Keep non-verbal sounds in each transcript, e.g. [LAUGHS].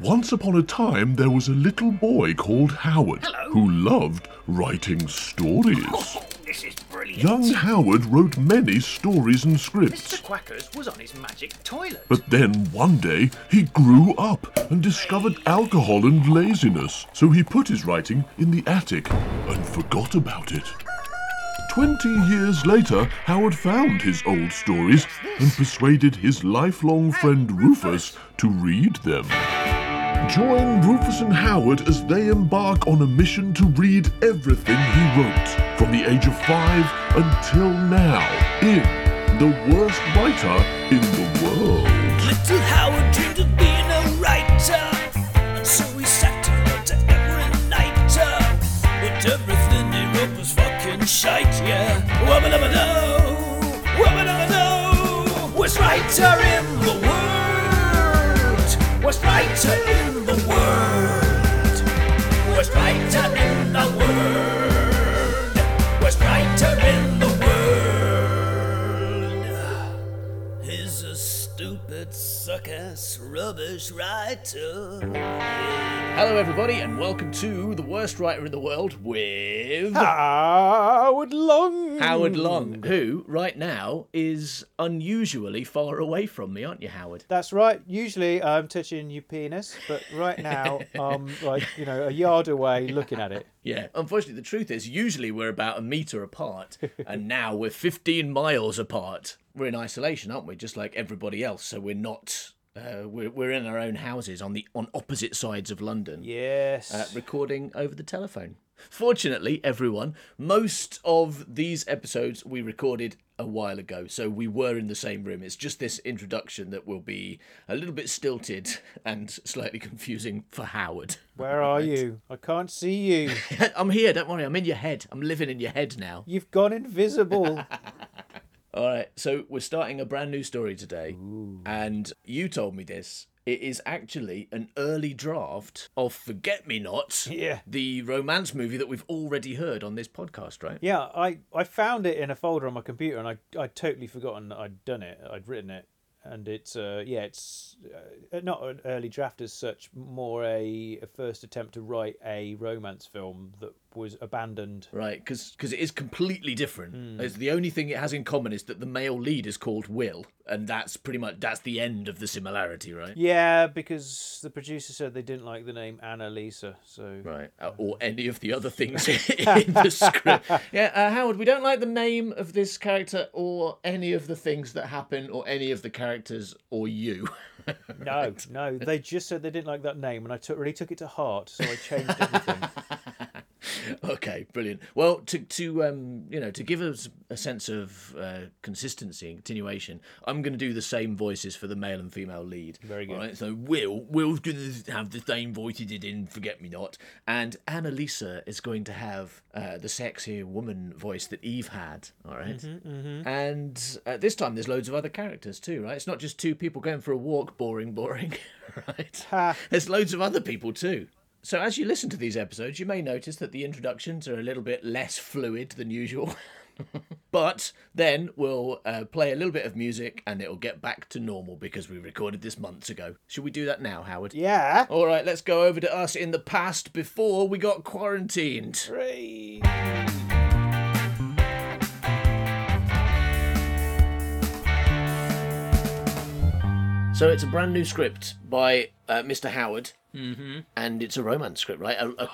Once upon a time, there was a little boy called Howard who loved writing stories. Oh, This is brilliant. Young Howard wrote many stories and scripts. Mr. Quackers was on his magic toilet. But then one day he grew up and discovered alcohol and laziness, so he put his writing in the attic and forgot about it. Twenty years later, Howard found his old stories and persuaded his lifelong friend Rufus to read them. Join Rufus and Howard as they embark on a mission to read everything he wrote from the age of five until now in The Worst Writer in the World. Little Howard dreamed of being a writer, and so he sat and wrote an every nighter. But everything he wrote was fucking shite, yeah. Woman of a no, woman of a no, worst writer in the world, worst writer in the world, worst writer in the world, worst writer in the world. He's a stupid, suck ass, rubbish writer. Hello, everybody, and welcome to the worst writer in the world with Howard Long. Howard Long, who right now is unusually far away from me, aren't you, Howard? That's right. Usually I'm touching your penis, but right now I'm like, you know, a yard away looking at it. Yeah. Unfortunately, the truth is, usually we're about a meter apart, and now we're 15 miles apart. We're in isolation, aren't we? Just like everybody else. So we're not. Uh, we're we're in our own houses on the on opposite sides of London. Yes. uh, recording over the telephone. Fortunately, everyone, most of these episodes we recorded a while ago, so we were in the same room. It's just this introduction that will be a little bit stilted [LAUGHS] and slightly confusing for Howard. [LAUGHS] Where are you? I can't see you. I'm here, don't worry, I'm in your head. I'm living in your head now. You've gone invisible. All right, so we're starting a brand new story today, and you told me this. It is actually an early draft of Forget Me Not, Yeah. the romance movie that we've already heard on this podcast, right? Yeah, I, I found it in a folder on my computer and I I'd totally forgotten that I'd done it. I'd written it. And it's uh yeah, it's uh, not an early draft as such, more a, a first attempt to write a romance film that was abandoned. Right, because it is completely different. It's the only thing it has in common is that the male lead is called Will, and that's pretty much that's the end of the similarity, right? Yeah, because the producer said they didn't like the name Anna Lisa, so Right, uh, or any of the other things [LAUGHS] in the script. Yeah, uh, Howard, we don't like the name of this character, or any of the things that happen, or any of the characters, or you. [LAUGHS] No, no. They just said they didn't like that name, and I took, really took it to heart, so I [LAUGHS] changed everything. okay, brilliant. Well, to to um, you know, to give us a sense of uh, consistency and continuation, I'm going to do the same voices for the male and female lead. Very good. All right, so Will Will's going to have the same voice he did in Forget Me Not, and Annalisa is going to have uh, the sexy woman voice that Eve had. All right? Mm-hmm, and uh, this time there's loads of other characters too, right? It's not just two people going for a walk, boring, boring, [LAUGHS] right? Ha. There's loads of other people too. So as you listen to these episodes, you may notice that the introductions are a little bit less fluid than usual. [LAUGHS] but then we'll uh, play a little bit of music and it'll get back to normal because we recorded this months ago. Should we do that now, Howard? Yeah. All right, let's go over to us in the past before we got quarantined. Hooray. So it's a brand new script by uh, Mr. Howard, Mm-hmm. and it's a romance script, right? A, a,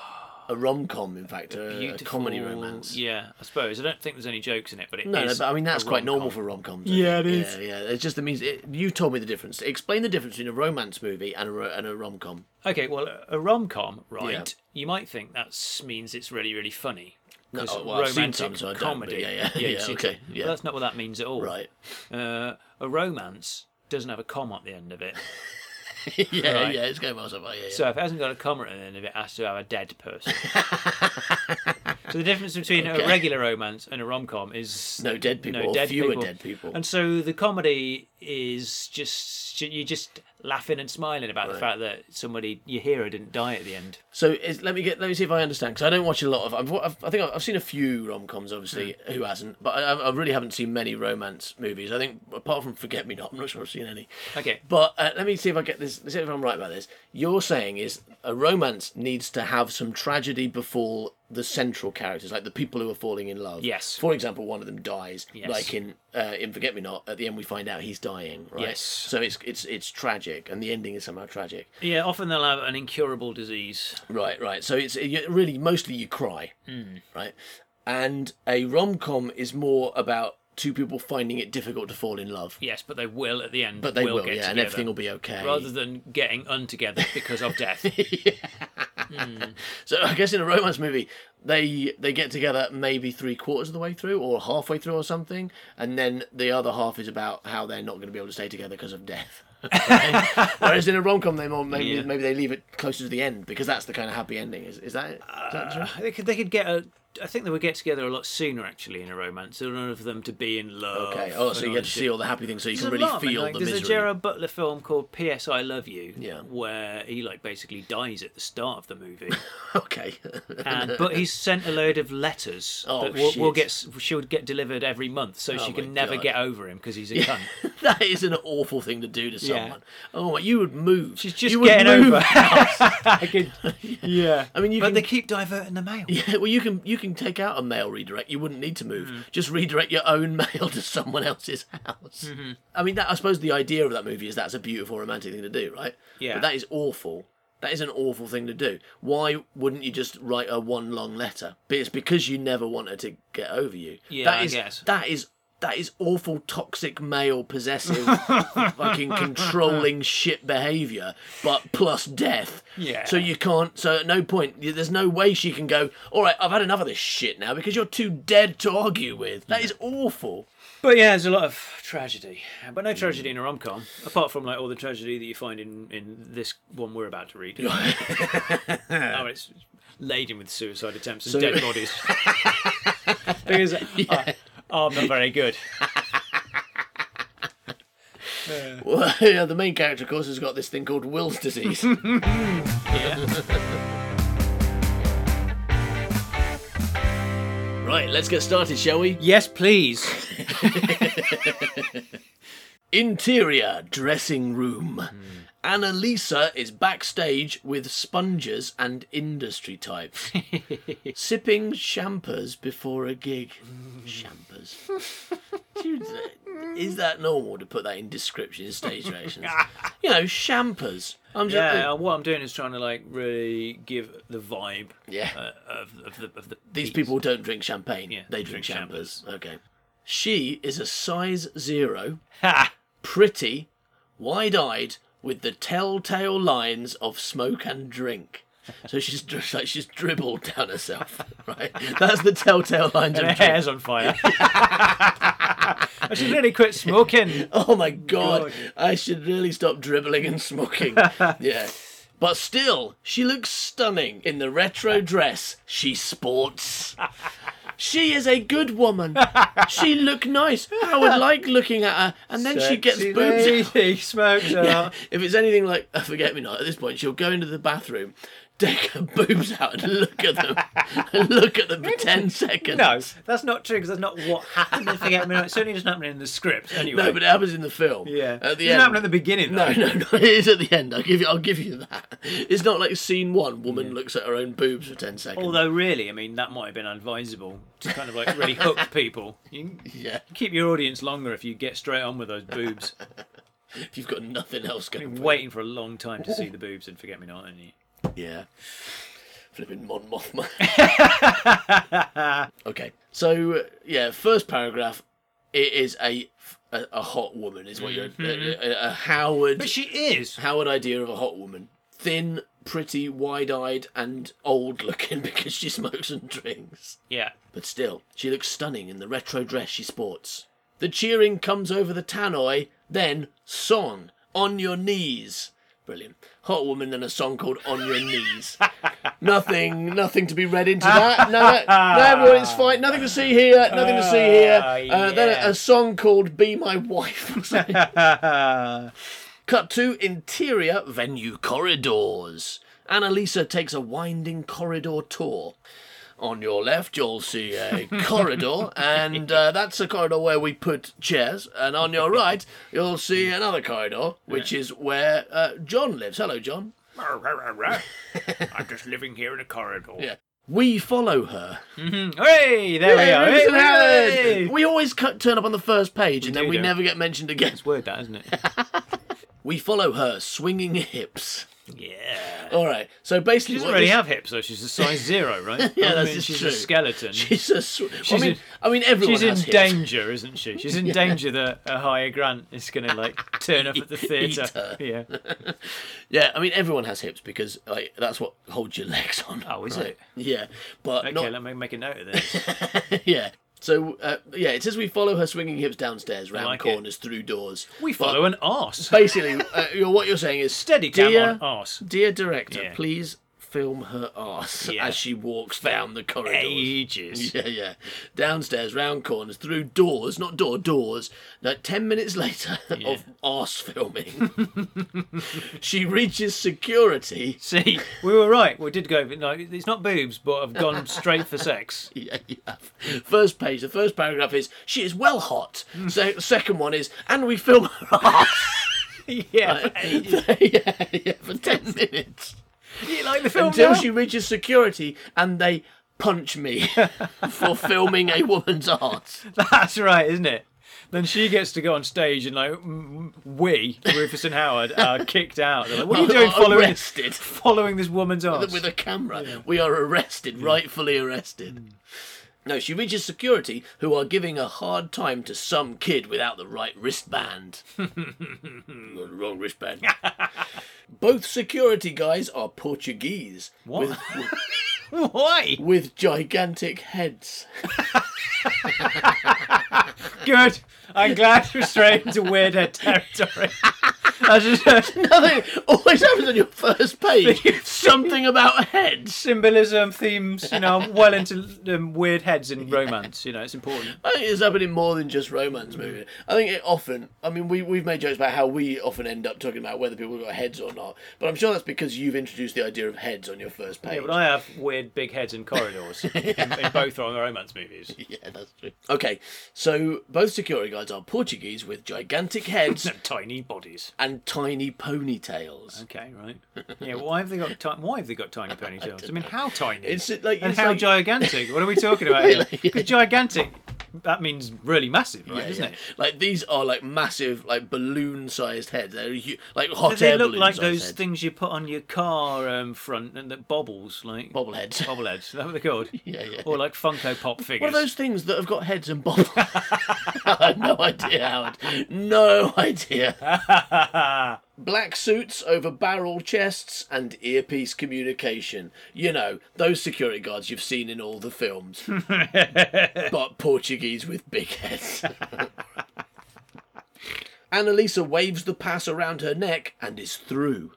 a rom com, in fact, a, a comedy Beautiful- romance. Yeah, I suppose. I don't think there's any jokes in it, but it is. No, no, but I mean that's a quite normal rom-com. for rom coms. Yeah, it is. Yeah, yeah. It's just the means. It, you told me the difference. Explain the difference between a romance movie and a ro- and a rom com. Okay, well, a rom com, right? You might think that means it's really, really funny. No, 'Cause oh, well, I've seen romantic some, so I don't, but comedy. yeah, [LAUGHS] yeah, yeah, so you okay, do. But yeah. that's not what that means at all. [LAUGHS] Right. Uh, a romance doesn't have a comma at the end of it. yeah, Right. yeah. It's going well so far. Yeah, yeah. So if it hasn't got a comma at the end of it, it has to have a dead [LAUGHS] person. so the difference between Okay. a regular romance and a rom com is No dead people, or fewer dead people. And so the comedy is just you're just laughing and smiling about the fact that somebody your hero didn't die at the end. So is, let me get let me see if I understand because I don't watch a lot of I've, wa- I've I think I've, I've seen a few rom coms obviously Hmm. who hasn't but I, I really haven't seen many romance movies I think apart from Forget Me Not I'm not sure I've seen any Okay. but uh, let me see if I get this see if I'm right about this you're saying is a romance needs to have some tragedy befall the central characters like the people who are falling in love Yes. for example one of them dies Yes. like in uh, in Forget Me Not at the end we find out he's dying right Yes. so it's it's it's tragic and the ending is somehow tragic Yeah, often they'll have an incurable disease. Right, right. So it's you- really mostly you cry, Hmm. right? And a rom com is more about two people finding it difficult to fall in love, Yes, but they will at the end. but they will, get yeah, together. and everything will be okay. rather than getting untogether because of [LAUGHS] death. So I guess in a romance movie, they they get together maybe three quarters of the way through or halfway through or something, and then the other half is about how they're not going to be able to stay together because of death. [LAUGHS] [LAUGHS] Whereas in a rom com, they more maybe, Yeah. maybe they leave it closer to the end because that's the kind of happy ending. Is is that it? Is that true? they could they could get a. I think they would get together a lot sooner actually in a romance. In order for them to be in love. Okay. Oh, so and you all get to this shit. see all the happy things, so you There's can a really lot, man. feel Like, the There's misery. a Gerard Butler film called P.S. I Love You, Yeah. where he like basically dies at the start of [LAUGHS] the movie, [LAUGHS] Okay. and, but he's sent a load of letters Oh, that will, will shit. Oh get s- she'll get delivered every month, so she my can never God. get over him because he's a cunt. that is an awful thing to do to Yeah. someone. Oh, my, you would move. She's just you would getting move. over. [LAUGHS] I [LAUGHS] could, yeah, I mean, you [LAUGHS] but can. they keep diverting the mail. [LAUGHS] Yeah, well, you can you can take out a mail redirect. You wouldn't need to move. Mm. Just redirect your own [LAUGHS] mail to someone else's house. Mm-hmm. I mean, that I suppose the idea of that movie is that's a beautiful romantic thing to do, right? Yeah. But that is awful. That is an awful thing to do. Why wouldn't you just write her one long letter? But it's because you never want her to get over you. Yeah, that I is, guess. That is that is awful, toxic male possessive, [LAUGHS] fucking controlling shit behaviour. But plus death. Yeah. So you can't. So at no point, y- there's no way she can go. All right, I've had enough of this shit now because you're too dead to argue with. That is awful. [LAUGHS] But yeah, there's a lot of tragedy, but no tragedy in a rom com, apart from like all the tragedy that you find in in this one we're about to read. oh, it's laden with suicide attempts and dead bodies. because uh, oh, I'm not very good. Well, yeah, the main character, of course, has got this thing called Will's [LAUGHS] disease. [LAUGHS] right, let's get started, shall we? Yes, please. Interior dressing room. Annalisa is backstage with sponges and industry types, sipping champers before a gig. Champers. Dude, is that normal to put that in description in stage directions? you know, champers. I'm just, Yeah, uh, what I'm doing is trying to like really give the vibe yeah. uh, of of the of the These people don't drink champagne. Yeah, they drink, drink champers. Okay. She is a size zero, [LAUGHS] Ha! pretty, wide eyed, with the telltale lines of smoke and drink. So she's dri- it's like she's dribbled down herself, [LAUGHS] right? That's the telltale lines [LAUGHS] And her of drink. hair's on fire. I should really quit smoking. Oh my god, I should really stop dribbling and [LAUGHS] smoking. yeah. But still, she looks stunning in the retro dress she sports. She is a good woman. She look nice. I would like looking at her, and then she gets boobs. [LAUGHS] out. He smokes uh, [LAUGHS] a Yeah, lot. if it's anything like a forget me not at this point, she'll go into the bathroom, take her boobs out, and look at [LAUGHS] them, and look at them for ten [LAUGHS] seconds. No, that's not true because that's not what happened in Forget Me Not. It certainly doesn't happen in the script anyway. no, but it happens in the film. yeah, at the it doesn't end. happen at the beginning. No, [LAUGHS] Though. no, [LAUGHS] no. It is at the end. I'll give you. I'll give you that. It's not like scene one. Woman looks at her own boobs for ten seconds. Although, really, I mean, that might have been advisable to kind of like [LAUGHS] really hook people. You can [LAUGHS] yeah, keep your audience longer if you get straight on with those boobs. if you've got nothing else going. You're For waiting for a long time to see the boobs and Forget Me [LAUGHS] Not, aren't you? you. Yeah. Flipping Mon [LAUGHS] Mothma. [LAUGHS] okay. So uh, yeah, first paragraph. It is a a, a hot woman. Is what you're a, a, a Howard. Mm-hmm. But she is. Howard idea of a hot woman. Thin, pretty, wide-eyed, and old-looking [LAUGHS] because she smokes and drinks. Yeah. But still, she looks stunning in the retro dress she sports. The cheering comes over the tannoy, then song, on your knees. Brilliant. Hot Woman and a song called On Your Knees. nothing, nothing to be read into that. No, no, no, everyone, it's fine. Nothing to see here. Nothing to see here. Uh, Then a, a song called Be My Wife. or something. Cut to interior venue corridors. Annalisa takes a winding corridor tour. On your left, you'll see a corridor, and uh, that's the corridor where we put chairs. And on your right, you'll see another corridor, which is where uh, John lives. Hello, John. I'm just living here in a corridor. Yeah. We follow her. Hooray! There Hey, we are. Mr. Howard! Hey, We always cut, turn up on the first page, and then do, we don't we? never get mentioned again. [LAUGHS] It's word that, isn't it? We follow her, swinging hips. yeah. All right. So basically, She doesn't what really this- have hips, though. She's a size zero, right? [LAUGHS] Yeah, I that's mean, just She's true. a [LAUGHS] skeleton. She's a. Sw- I She's mean, in- I mean, everyone She's in has hips. danger, isn't she? [LAUGHS] She's in danger that a higher grant is going to like turn up [LAUGHS] at the theatre. her. Yeah. Yeah, I mean, everyone has hips because like that's what holds your legs on. Oh, is it? Yeah, but Okay, not let me make a note of this. yeah. So uh, yeah, it says we follow her swinging hips downstairs, round like it. corners, through doors. We follow an [LAUGHS] arse. Basically, uh, you're, what you're saying is Steady dear, down on arse. Dear director, Yeah. please film her ass [LAUGHS] Yeah. as she walks down the corridors. Ages. [LAUGHS] Yeah, yeah. Downstairs, round corners, through doors, not door, doors. Like 10 minutes later [LAUGHS] of arse filming, [LAUGHS] she reaches security. [LAUGHS] See, we were right. We did go. No, it's not boobs, but I've gone straight for sex. [LAUGHS] Yeah, you have. First page, the first paragraph is, she is well hot. so, the second one is, and we film her [LAUGHS] arse. [LAUGHS] Yeah, [LAUGHS] yeah, yeah, for 10 minutes. you like the film until now? she reaches security and they punch me for filming a woman's ass. [LAUGHS] That's right, isn't it? Then she gets to go on stage and like mm, we, Rufus and [LAUGHS] Howard, are kicked out. They're like, what are you doing following this, arrested following this woman's arse? with a camera? We are arrested, rightfully arrested. No, she reaches security, who are giving a hard time to some kid without the right wristband. Well, the wrong wristband. [LAUGHS] Both security guys are Portuguese What? Why? with gigantic heads. [LAUGHS] Good. I'm glad we're straight into weird head territory. That's just Nothing always Oh, happens on your first page. Something about heads. symbolism, themes. You know, I'm well into um, weird heads in romance. You know, it's important. I think it's happened in more than just romance movies. I think it often. I mean, we we've made jokes about how we often end up talking about whether people have got heads or not. But I'm sure that's because you've introduced the idea of heads on your first page. Yeah, but I have weird big heads in [LAUGHS] corridors in, in both our romance movies. Yeah, that's true. Okay, so both security guards are Portuguese with gigantic [LAUGHS] heads And tiny bodies. and tiny ponytails. Okay, [LAUGHS] right. Yeah, why have they got ti- why have they got tiny ponytails? I, mean, how tiny? It's like and it's how like- gigantic? What are we talking [LAUGHS] about? Really? here? 'Cause gigantic, that means really massive, right? Yeah, doesn't yeah. it? Like these are like massive, like balloon-sized heads. They're hu- like hot But they air look like balloon-sized those heads. things you put on your car um, front and that bobbles, like bobbleheads. [LAUGHS] bobbleheads. Is that what they're called? Yeah, yeah. Or like Funko Pop What figures. are those things that have got heads and bobbles? I have [LAUGHS] no idea, Howard. No idea. Black suits over barrel chests and earpiece communication. You know, those security guards you've seen in all the films. but Portuguese with big heads. [LAUGHS] Annalisa waves the pass around her neck and is through.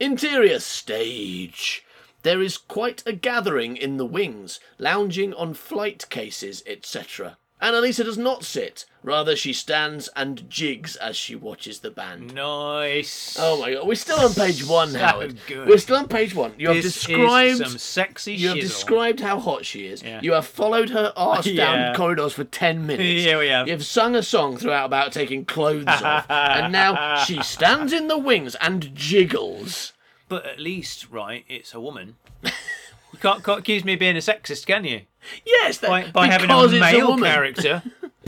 Interior stage. There is quite a gathering in the wings, lounging on flight cases, etc. Annalisa does not sit, rather, she stands and jigs as she watches the band. Nice. Oh my god, we're still on page one, So Howard. good. We're still on page one. You have This is described some sexy you have shizzle. described how hot she is. Yeah. You have followed her [LAUGHS] arse down Yeah. corridors for [LAUGHS] 10 minutes. Yeah, we have. You have sung a song throughout about taking clothes [LAUGHS] off. And now she stands in the wings and jiggles. But at least, right, it's [LAUGHS] a woman. you can't, can't accuse me of being a sexist, can you? Yes, that, By, by having a because it's male woman. [LAUGHS] character.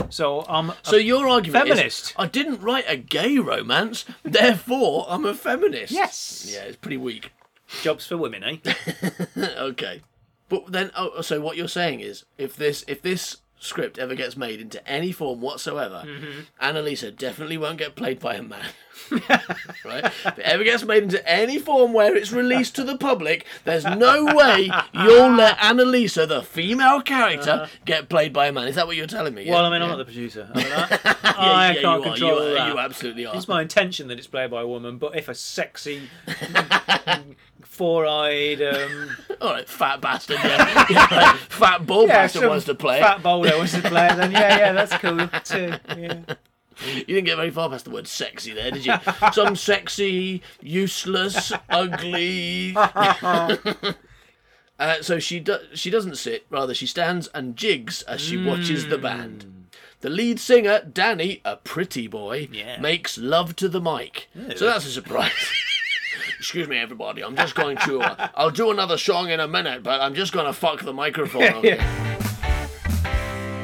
So I'm. So your argument is, Feminist. I didn't write a gay romance, [LAUGHS] therefore I'm a feminist. Yes. Yeah, it's pretty weak. [LAUGHS] Jobs for women, eh? okay, but then, oh, so what you're saying is, if this if this script ever gets made into any form whatsoever, Mm-hmm. Annalisa definitely won't get played by a man. [LAUGHS] right? If it ever gets made into any form where it's released to the public, there's no way you'll let Annalisa, the female Uh-huh. character, get played by a man. Is that what you're telling me? Well, Yeah. I mean, I'm Yeah. not the [LAUGHS] producer. I, mean, I, I Yeah, can't you control are, you, that. Are, you absolutely are. It's my intention that it's played by a woman, but if a [LAUGHS] sexy, four-eyed, [LAUGHS] um, All right, fat bastard. Yeah. [LAUGHS] Yeah, fat ball bastard some wants to play. fat bowler wants to play, it, then yeah, yeah, that's [LAUGHS] cool too. Yeah. You didn't get very far past the word sexy there, did you? Some sexy, useless, ugly. uh, so she do- she doesn't sit, rather she stands and jigs as she watches the band. The lead singer, Danny, a pretty boy, Yeah. makes love to the mic. So that's a surprise. Excuse me, everybody. I'm just going to. Uh, I'll do another song in a minute, but I'm just going to fuck the microphone. okay?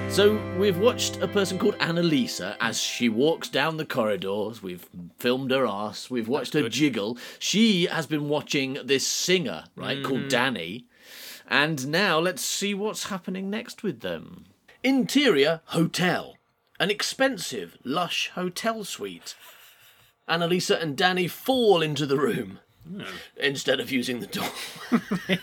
So we've watched a person called Annalisa as she walks down the corridors. We've filmed her ass. We've watched her jiggle. She has been watching this singer, right, called Danny. And now let's see what's happening next with them. Interior hotel. An expensive, lush hotel suite. Annalisa and Danny fall into the room instead of using [LAUGHS] the door.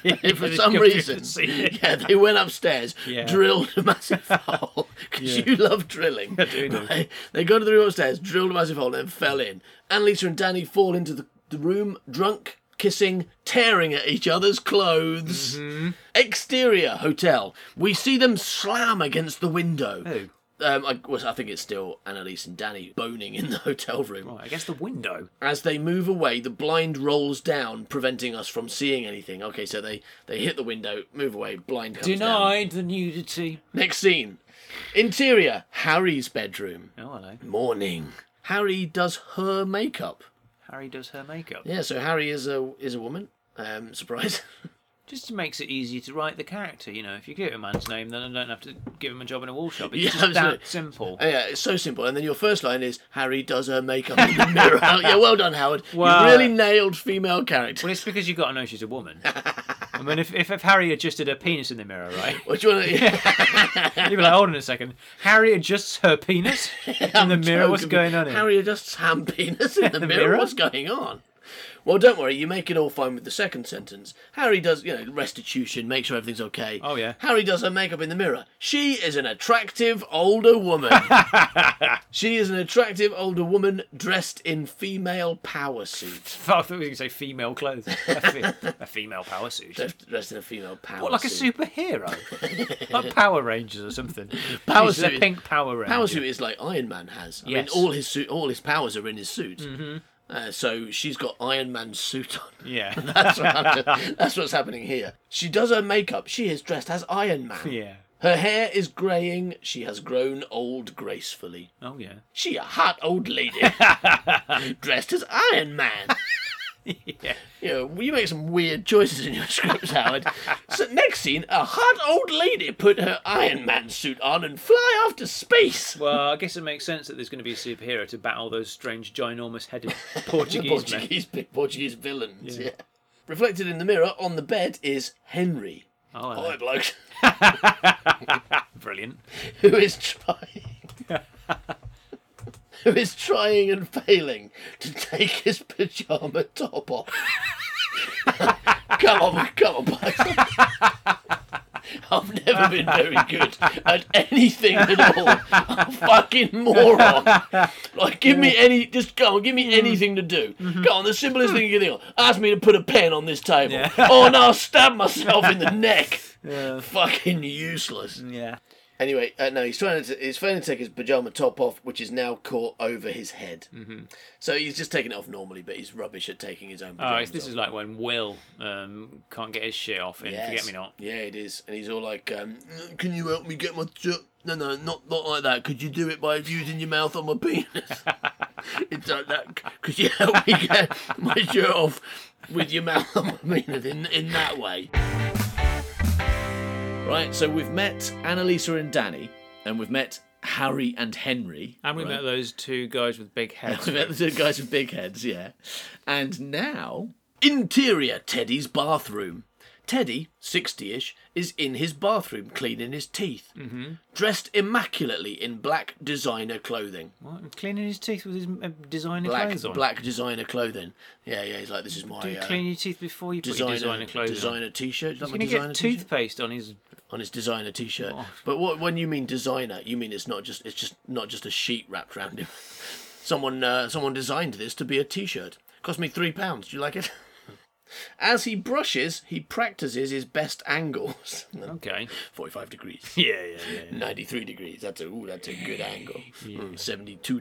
[LAUGHS] If for some confused reason, to see it. yeah, they went upstairs, [LAUGHS] Yeah. drilled [LAUGHS] a massive hole because you love drilling. do. right? [LAUGHS] They go to the room upstairs, drilled a massive hole, and fell in. Annalisa and Danny fall into the, the room, drunk, kissing, tearing at each other's clothes. Mm-hmm. Exterior hotel. We see them slam against the window. Oh. Um, I, well, I think it's still Annalise and Danny boning in the [LAUGHS] hotel room. Right, against Oh, the window. As they move away, the blind rolls down, preventing us from seeing anything. Okay, so they, they hit the window, move away, blind comes down. the nudity. Next scene. Interior. Harry's bedroom. Oh, hello. Morning. Harry does her makeup. Harry does her makeup. Yeah, so Harry is a is a woman. Um, [LAUGHS] surprise. Just makes it easier to write the character, you know. If you give a man's name, then I don't have to give him a job in a wall shop. It's Yeah, just absolutely. that simple. Oh, yeah, it's so simple. And then your first line is Harry does her makeup in the [LAUGHS] mirror. yeah, well done, Howard. Well- you really nailed female character. Well, it's because you've got to know she's a [LAUGHS] woman. I mean, if, if, if Harry adjusted her penis in the mirror, right? [LAUGHS] What do you [LAUGHS] want to? You'd be like, hold on a second. Harry adjusts her penis [LAUGHS] in the mirror. What's going on here? Harry adjusts ham penis in [LAUGHS] the, the mirror. mirror? What's going on? Well, don't worry. You make it all fine with the second sentence. Harry does, you know, restitution, make sure everything's okay. Oh, yeah. Harry does her makeup in the mirror. She is an attractive [LAUGHS] older woman. she is an attractive older woman dressed in female power suit. [LAUGHS] Fuck, I thought we were going to say female clothes. A, fe- a female power suit. [LAUGHS] Dressed in a female power What, like a suit. [LAUGHS] superhero? like Power Rangers or something. Power She's [LAUGHS] suit. a pink Power Ranger. power suit is like Iron Man has. I Yes. Mm-hmm. mean, all his suit, all his powers are in his suit. Uh, so she's got Iron Man's suit on. [LAUGHS] Yeah. That's, what happened- that's what's happening here. She does her makeup. She is dressed as Iron Man. yeah. Her hair is greying. She has grown old gracefully. Oh, yeah. She a hot old [LAUGHS] lady dressed as Iron Man. Yeah. You know, you make some weird choices in your scripts, Howard. so next scene, a hot old lady put her Iron Man suit on and fly off to space. Well, I guess it makes sense that there's going to be a superhero to battle those strange, ginormous [LAUGHS] headed Portuguese men. Portuguese, Portuguese villains. Yeah. Reflected in the mirror on the bed is Henry. Oh, Hi, hello. bloke. brilliant. [LAUGHS] who is trying who is trying and failing to take his pajama top off. come on, come on, boys. I've never been very good at anything at all. I'm a fucking moron. Like, give me any, just go on, give me anything to do. Mm-hmm. Go on, the simplest thing you can think of. Ask me to put a pen on this table. oh, no, I'll stab myself [LAUGHS] in the neck. Fucking useless. Yeah. Anyway, uh, no, he's trying to he's trying to take his pajama top off, which is now caught over his head. Mm-hmm. So he's just taking it off normally, but he's rubbish at taking his own. Oh, Pajamas it's- this off. is like when Will um, can't get his shit off in Yes. Forget Me Not. Yeah, it is, and he's all like, um, "Can you help me get my ju- no, no, not not like that. Could you do it by using your mouth on my penis? [LAUGHS] it's like that. Could you help me get my shirt off with your mouth on my penis in in that way?" Right, so we've met Annalisa and Danny, and we've met Harry and Henry. And we right? met those two guys with big [LAUGHS] heads. We've met the two guys with big heads, yeah. And now Interior Teddy's bathroom. Teddy, 60 ish, is in his bathroom cleaning his teeth, mm-hmm. dressed immaculately in black designer clothing. What? Cleaning his teeth with his um, designer Black, clothes on. black designer clothing. Yeah, yeah, he's like, this is my Do you uh, clean your teeth before you put designer, your designer clothes on? designer t shirt. He's going to get toothpaste on his. on his designer t-shirt. Oh. But what when you mean designer, you mean it's not just it's just not just a sheet wrapped around him. [LAUGHS] Someone uh, someone designed this to be a t-shirt. Cost me three pounds. Do you like it? [LAUGHS] As he brushes, he practices his best angles. [LAUGHS] Okay. Forty-five degrees, Yeah, yeah, yeah. ninety-three degrees. That's a ooh, that's a good angle. Mm, Seventy-two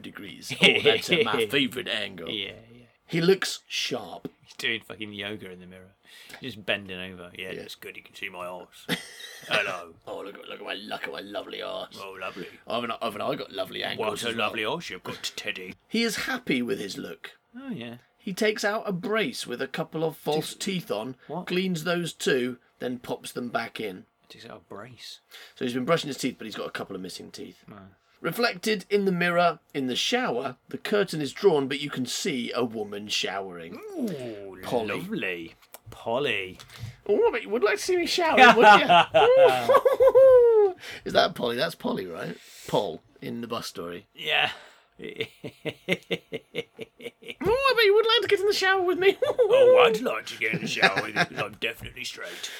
[LAUGHS] degrees. Oh, that's uh, my favourite angle. [LAUGHS] Yeah, yeah. He looks sharp. He's doing fucking yoga in the mirror. Just bending over. Yeah, that's good. You can see my arse. [LAUGHS] Hello. Oh look at look at my look at my lovely arse. Oh, lovely. Haven't I- haven't I got lovely What angles? a as well? lovely arse you've got, Teddy. He is happy with his look. Oh, yeah. He takes out a brace with a couple of false teeth on, What? cleans those too, then pops them back in. Takes out a brace. So he's been brushing his teeth, but he's got a couple of missing teeth. Reflected in the mirror in the shower, the curtain is drawn, but you can see a woman showering. Ooh, Polly. lovely. Polly. Oh, but you would like to see me [LAUGHS] showering, wouldn't you? is that Polly? That's Polly, right? Paul in the bus story. [LAUGHS] Yeah. Oh, but you would like to get in the shower with [LAUGHS] me. oh, I'd like to get in the shower with you because I'm definitely straight.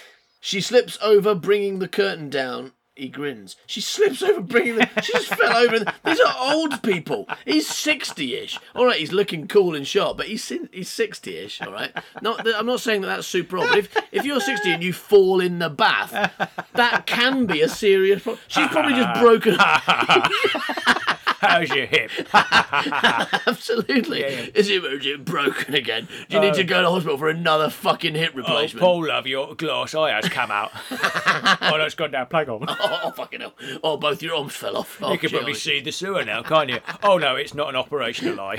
She slips over, bringing the curtain down. He grins. She slips over, bringing the. She just fell over. And, these are old people. He's sixty-ish. All right, he's looking cool and sharp, but he's sin- he's sixty-ish. All right. Not. that- I'm not saying that that's super old. But if if you're sixty and you fall in the bath, that can be a serious problem. She's probably just broken. [LAUGHS] How's your [LAUGHS] hip? Absolutely. Is it is it broken again? Do you need to go to hospital for another fucking hip Oh, replacement? Paul, love, your glass eye has come out. [LAUGHS] oh, that's gone down plug on. Oh, fucking hell! Oh, both your arms fell off. [LAUGHS] Oh, You can gee, probably oh, see the sewer now, can't you? Oh no, it's not an operational eye.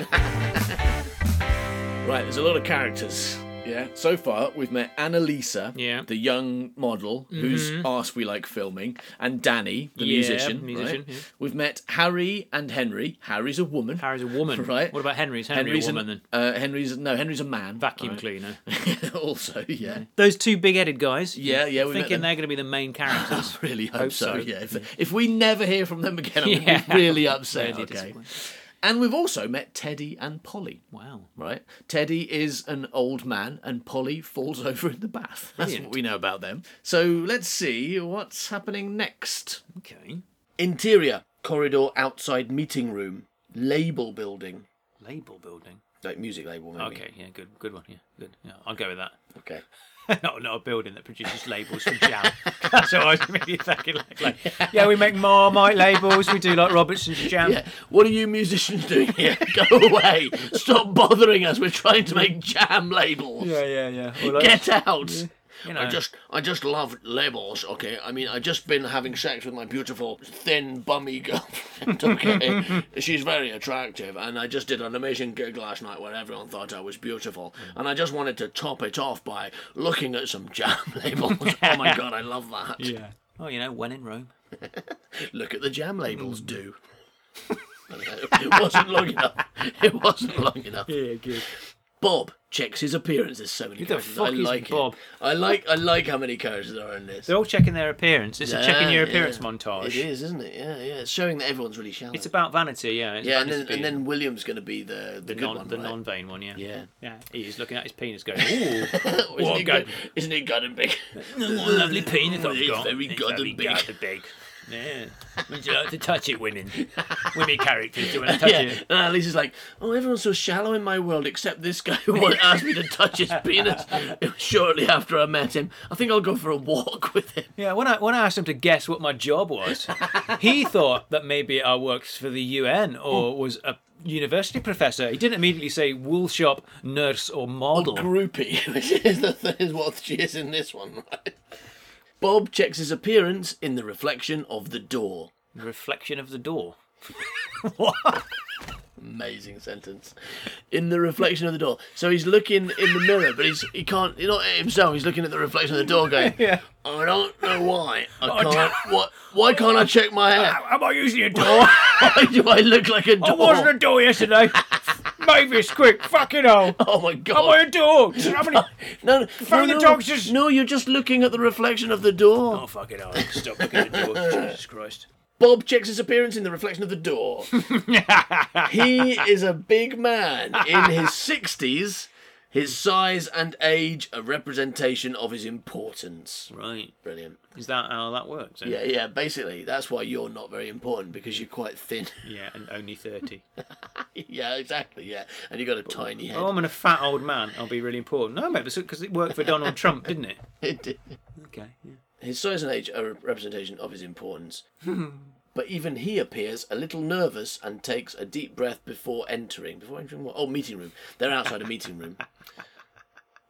Right, there's a lot of characters. Yeah. So far, we've met Annalisa, Yeah. Mm-hmm. the young model whose arse we like filming, and Danny, the Yeah, musician. musician, right? yeah. We've met Harry and Henry. Harry's a woman. [LAUGHS] Harry's a woman. [LAUGHS] Right. What about Henry's? Henry's a woman an, then. Uh, Henry's no. Henry's a man. Vacuum [LAUGHS] cleaner. cleaner. [LAUGHS] also, yeah. Those two big-headed guys. Yeah, yeah, we met Thinking them. they're going to be the main [LAUGHS] characters. [LAUGHS] Really hope, Hope so. so. Yeah. If, if we never hear from them again, I'm gonna [LAUGHS] Yeah. be really upset. Really okay. disappointed. And we've also met Teddy and Polly. wow. right? Teddy is an old man, and Polly [LAUGHS] falls over in the bath. That's what we know about them. So let's see what's happening next. Okay. Interior corridor outside meeting room label building Label building. like music label. Maybe. Okay. Yeah. Good. Good one. Yeah. Good. Yeah. I'll go with that. [LAUGHS] Okay. not, not a building that produces labels from jam. That's what I was really thinking. Like, [LAUGHS] like, yeah, we make Marmite labels. We do like Robertson's jam. Yeah. What are you musicians doing here? [LAUGHS] Go away! Stop bothering us. We're trying to make jam labels. yeah, yeah. [LAUGHS] yeah. Or like- Get out! you I know. just, I just love labels. Okay. I mean, I've just been having sex with my beautiful, thin, bummy girlfriend. [LAUGHS] Okay. She's very attractive, and I just did an amazing gig last night where everyone thought I was beautiful, and I just wanted to top it off by looking at some jam [LAUGHS] labels. oh my god, I love that. Yeah. Oh, you know, when in Rome. Look at the jam Mm. labels, do. [LAUGHS] it wasn't long enough. It wasn't long enough. Yeah, good. Bob checks his appearance. There's so many the characters. fuck I is like it. Bob? I like I like how many characters there are in this. They're all checking their appearance. It's a checking Yeah, your appearance yeah. montage. It is, isn't it? Yeah, yeah. It's showing that everyone's really shallow. It's about vanity, yeah. It's yeah, about and then and disappearing. then William's going to be the the, the good non one, the right? [LAUGHS] non vain one, yeah. Yeah. Yeah. He's looking at his penis [LAUGHS] going, Ooh, Isn't, what he a good- good? isn't he good and big? what a lovely penis I've It's got. very It's good very and big. good and big. Yeah. Would you like to touch it, women? women characters, do you want to [LAUGHS] touch yeah. it? And Lisa's like, oh, everyone's so shallow in my world except this guy who won't ask me to touch his [LAUGHS] penis. [LAUGHS] It was shortly after I met him. I think I'll go for a walk [LAUGHS] with him. Yeah, when I when I asked him to guess what my job was, [LAUGHS] he thought that maybe I worked for the UN Hmm. or was a university professor. He didn't immediately say wool shop, nurse, or model. Oh, groupie, [LAUGHS] which is, the th- is what she is in this one, right? Bob checks his appearance in the reflection of the door. The reflection of the door. Amazing sentence. In the reflection of the door. So he's looking in the mirror, but he's he can't. He's not at himself. He's looking at the reflection of the door, going, "I don't know why. I don't- can't. What? Why can't [LAUGHS] I check my hair? Am I usually a door? Why do I look like a [LAUGHS] door?" I wasn't a door yesterday. Mavis, quick, fucking hell. Oh my I'm god! on a dog. It's [LAUGHS] happening. No, no, Phone no, the no. doctors. No, you're just looking at the reflection of the door. Oh, fucking hell. Stop looking [LAUGHS] at the door. Jesus Christ. Bob checks his appearance in the reflection of the door. he is a big man in his sixties. His size and age a representation of his importance. Right. Brilliant. Is that how that works? eh? Yeah, yeah. Basically, that's why you're not very important because you're quite thin. [LAUGHS] Yeah, and only 30. yeah, exactly. Yeah, and you got a tiny head. oh, I'm a fat old man. I'll be really important. No, mate, because it worked for Donald Trump, didn't it? [LAUGHS] Okay. Yeah. His size and age are a representation of his [LAUGHS] importance. but even he appears a little nervous and takes a deep breath before entering. Before entering what? Oh, meeting room. They're outside a meeting [LAUGHS] room.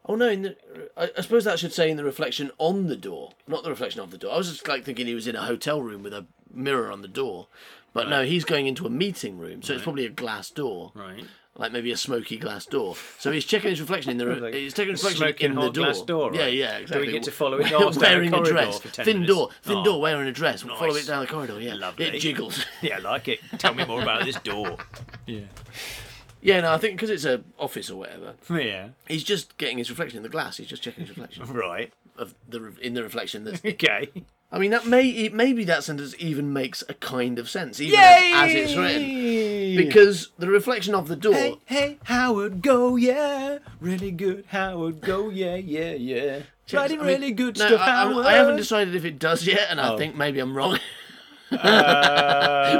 Oh no! In the, I, I suppose that should say in the reflection on the door, not the reflection of the door. I was just like thinking he was in a hotel room with a mirror on the door, but no, he's going into a meeting room, so it's probably a glass door, Right. like maybe a smoky glass door. So he's checking his reflection in the. Re- [LAUGHS] Like he's taking his reflection smoking in the hot door. glass door, Yeah, right? yeah, Do we exactly. get to follow [LAUGHS] it Wear- down the wearing a corridor dress, for 10 thin minutes? door, thin Oh. door, wearing a dress. We'll follow Nice. it down the corridor. Yeah, Lovely. it jiggles. [LAUGHS] Yeah, I like it. Tell me more about this door. yeah, no, I think because it's a office or whatever, Yeah. he's just getting his reflection in the glass. He's just checking his reflection [LAUGHS] Right. of the re- in the reflection that's Okay. I mean, that may it- maybe that sentence even makes a kind of sense, even as, as it's written, because [LAUGHS] the reflection of the door. hey, Howard, go, yeah. Really good, Howard, go, yeah, yeah, yeah. I mean, no, I, I- I haven't decided if it does yet, and Oh. I think maybe I'm wrong. [LAUGHS]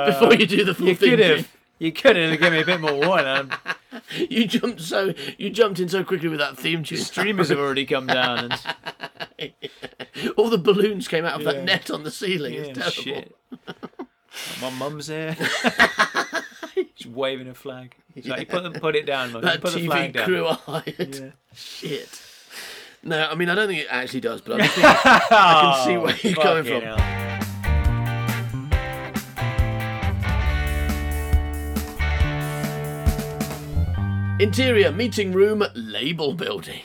Before you do the full Uh, You thing, could have. You could have given me a bit more [LAUGHS] warning. Jim, [LAUGHS] you jumped so you jumped in so quickly with that theme tune. Streamers have already come down and All the balloons came out of that net on the ceiling. it's Yeah, terrible. shit. My mum's [LAUGHS] here. She's waving a flag. She's like, you put, put it down, mum. You That put the TV flag down. crew are [LAUGHS] hired. Yeah. Shit. No, I mean I don't think it actually does, but [LAUGHS] I'm just- I can see where you're coming Oh, Fucking from. hell. Interior meeting room label building.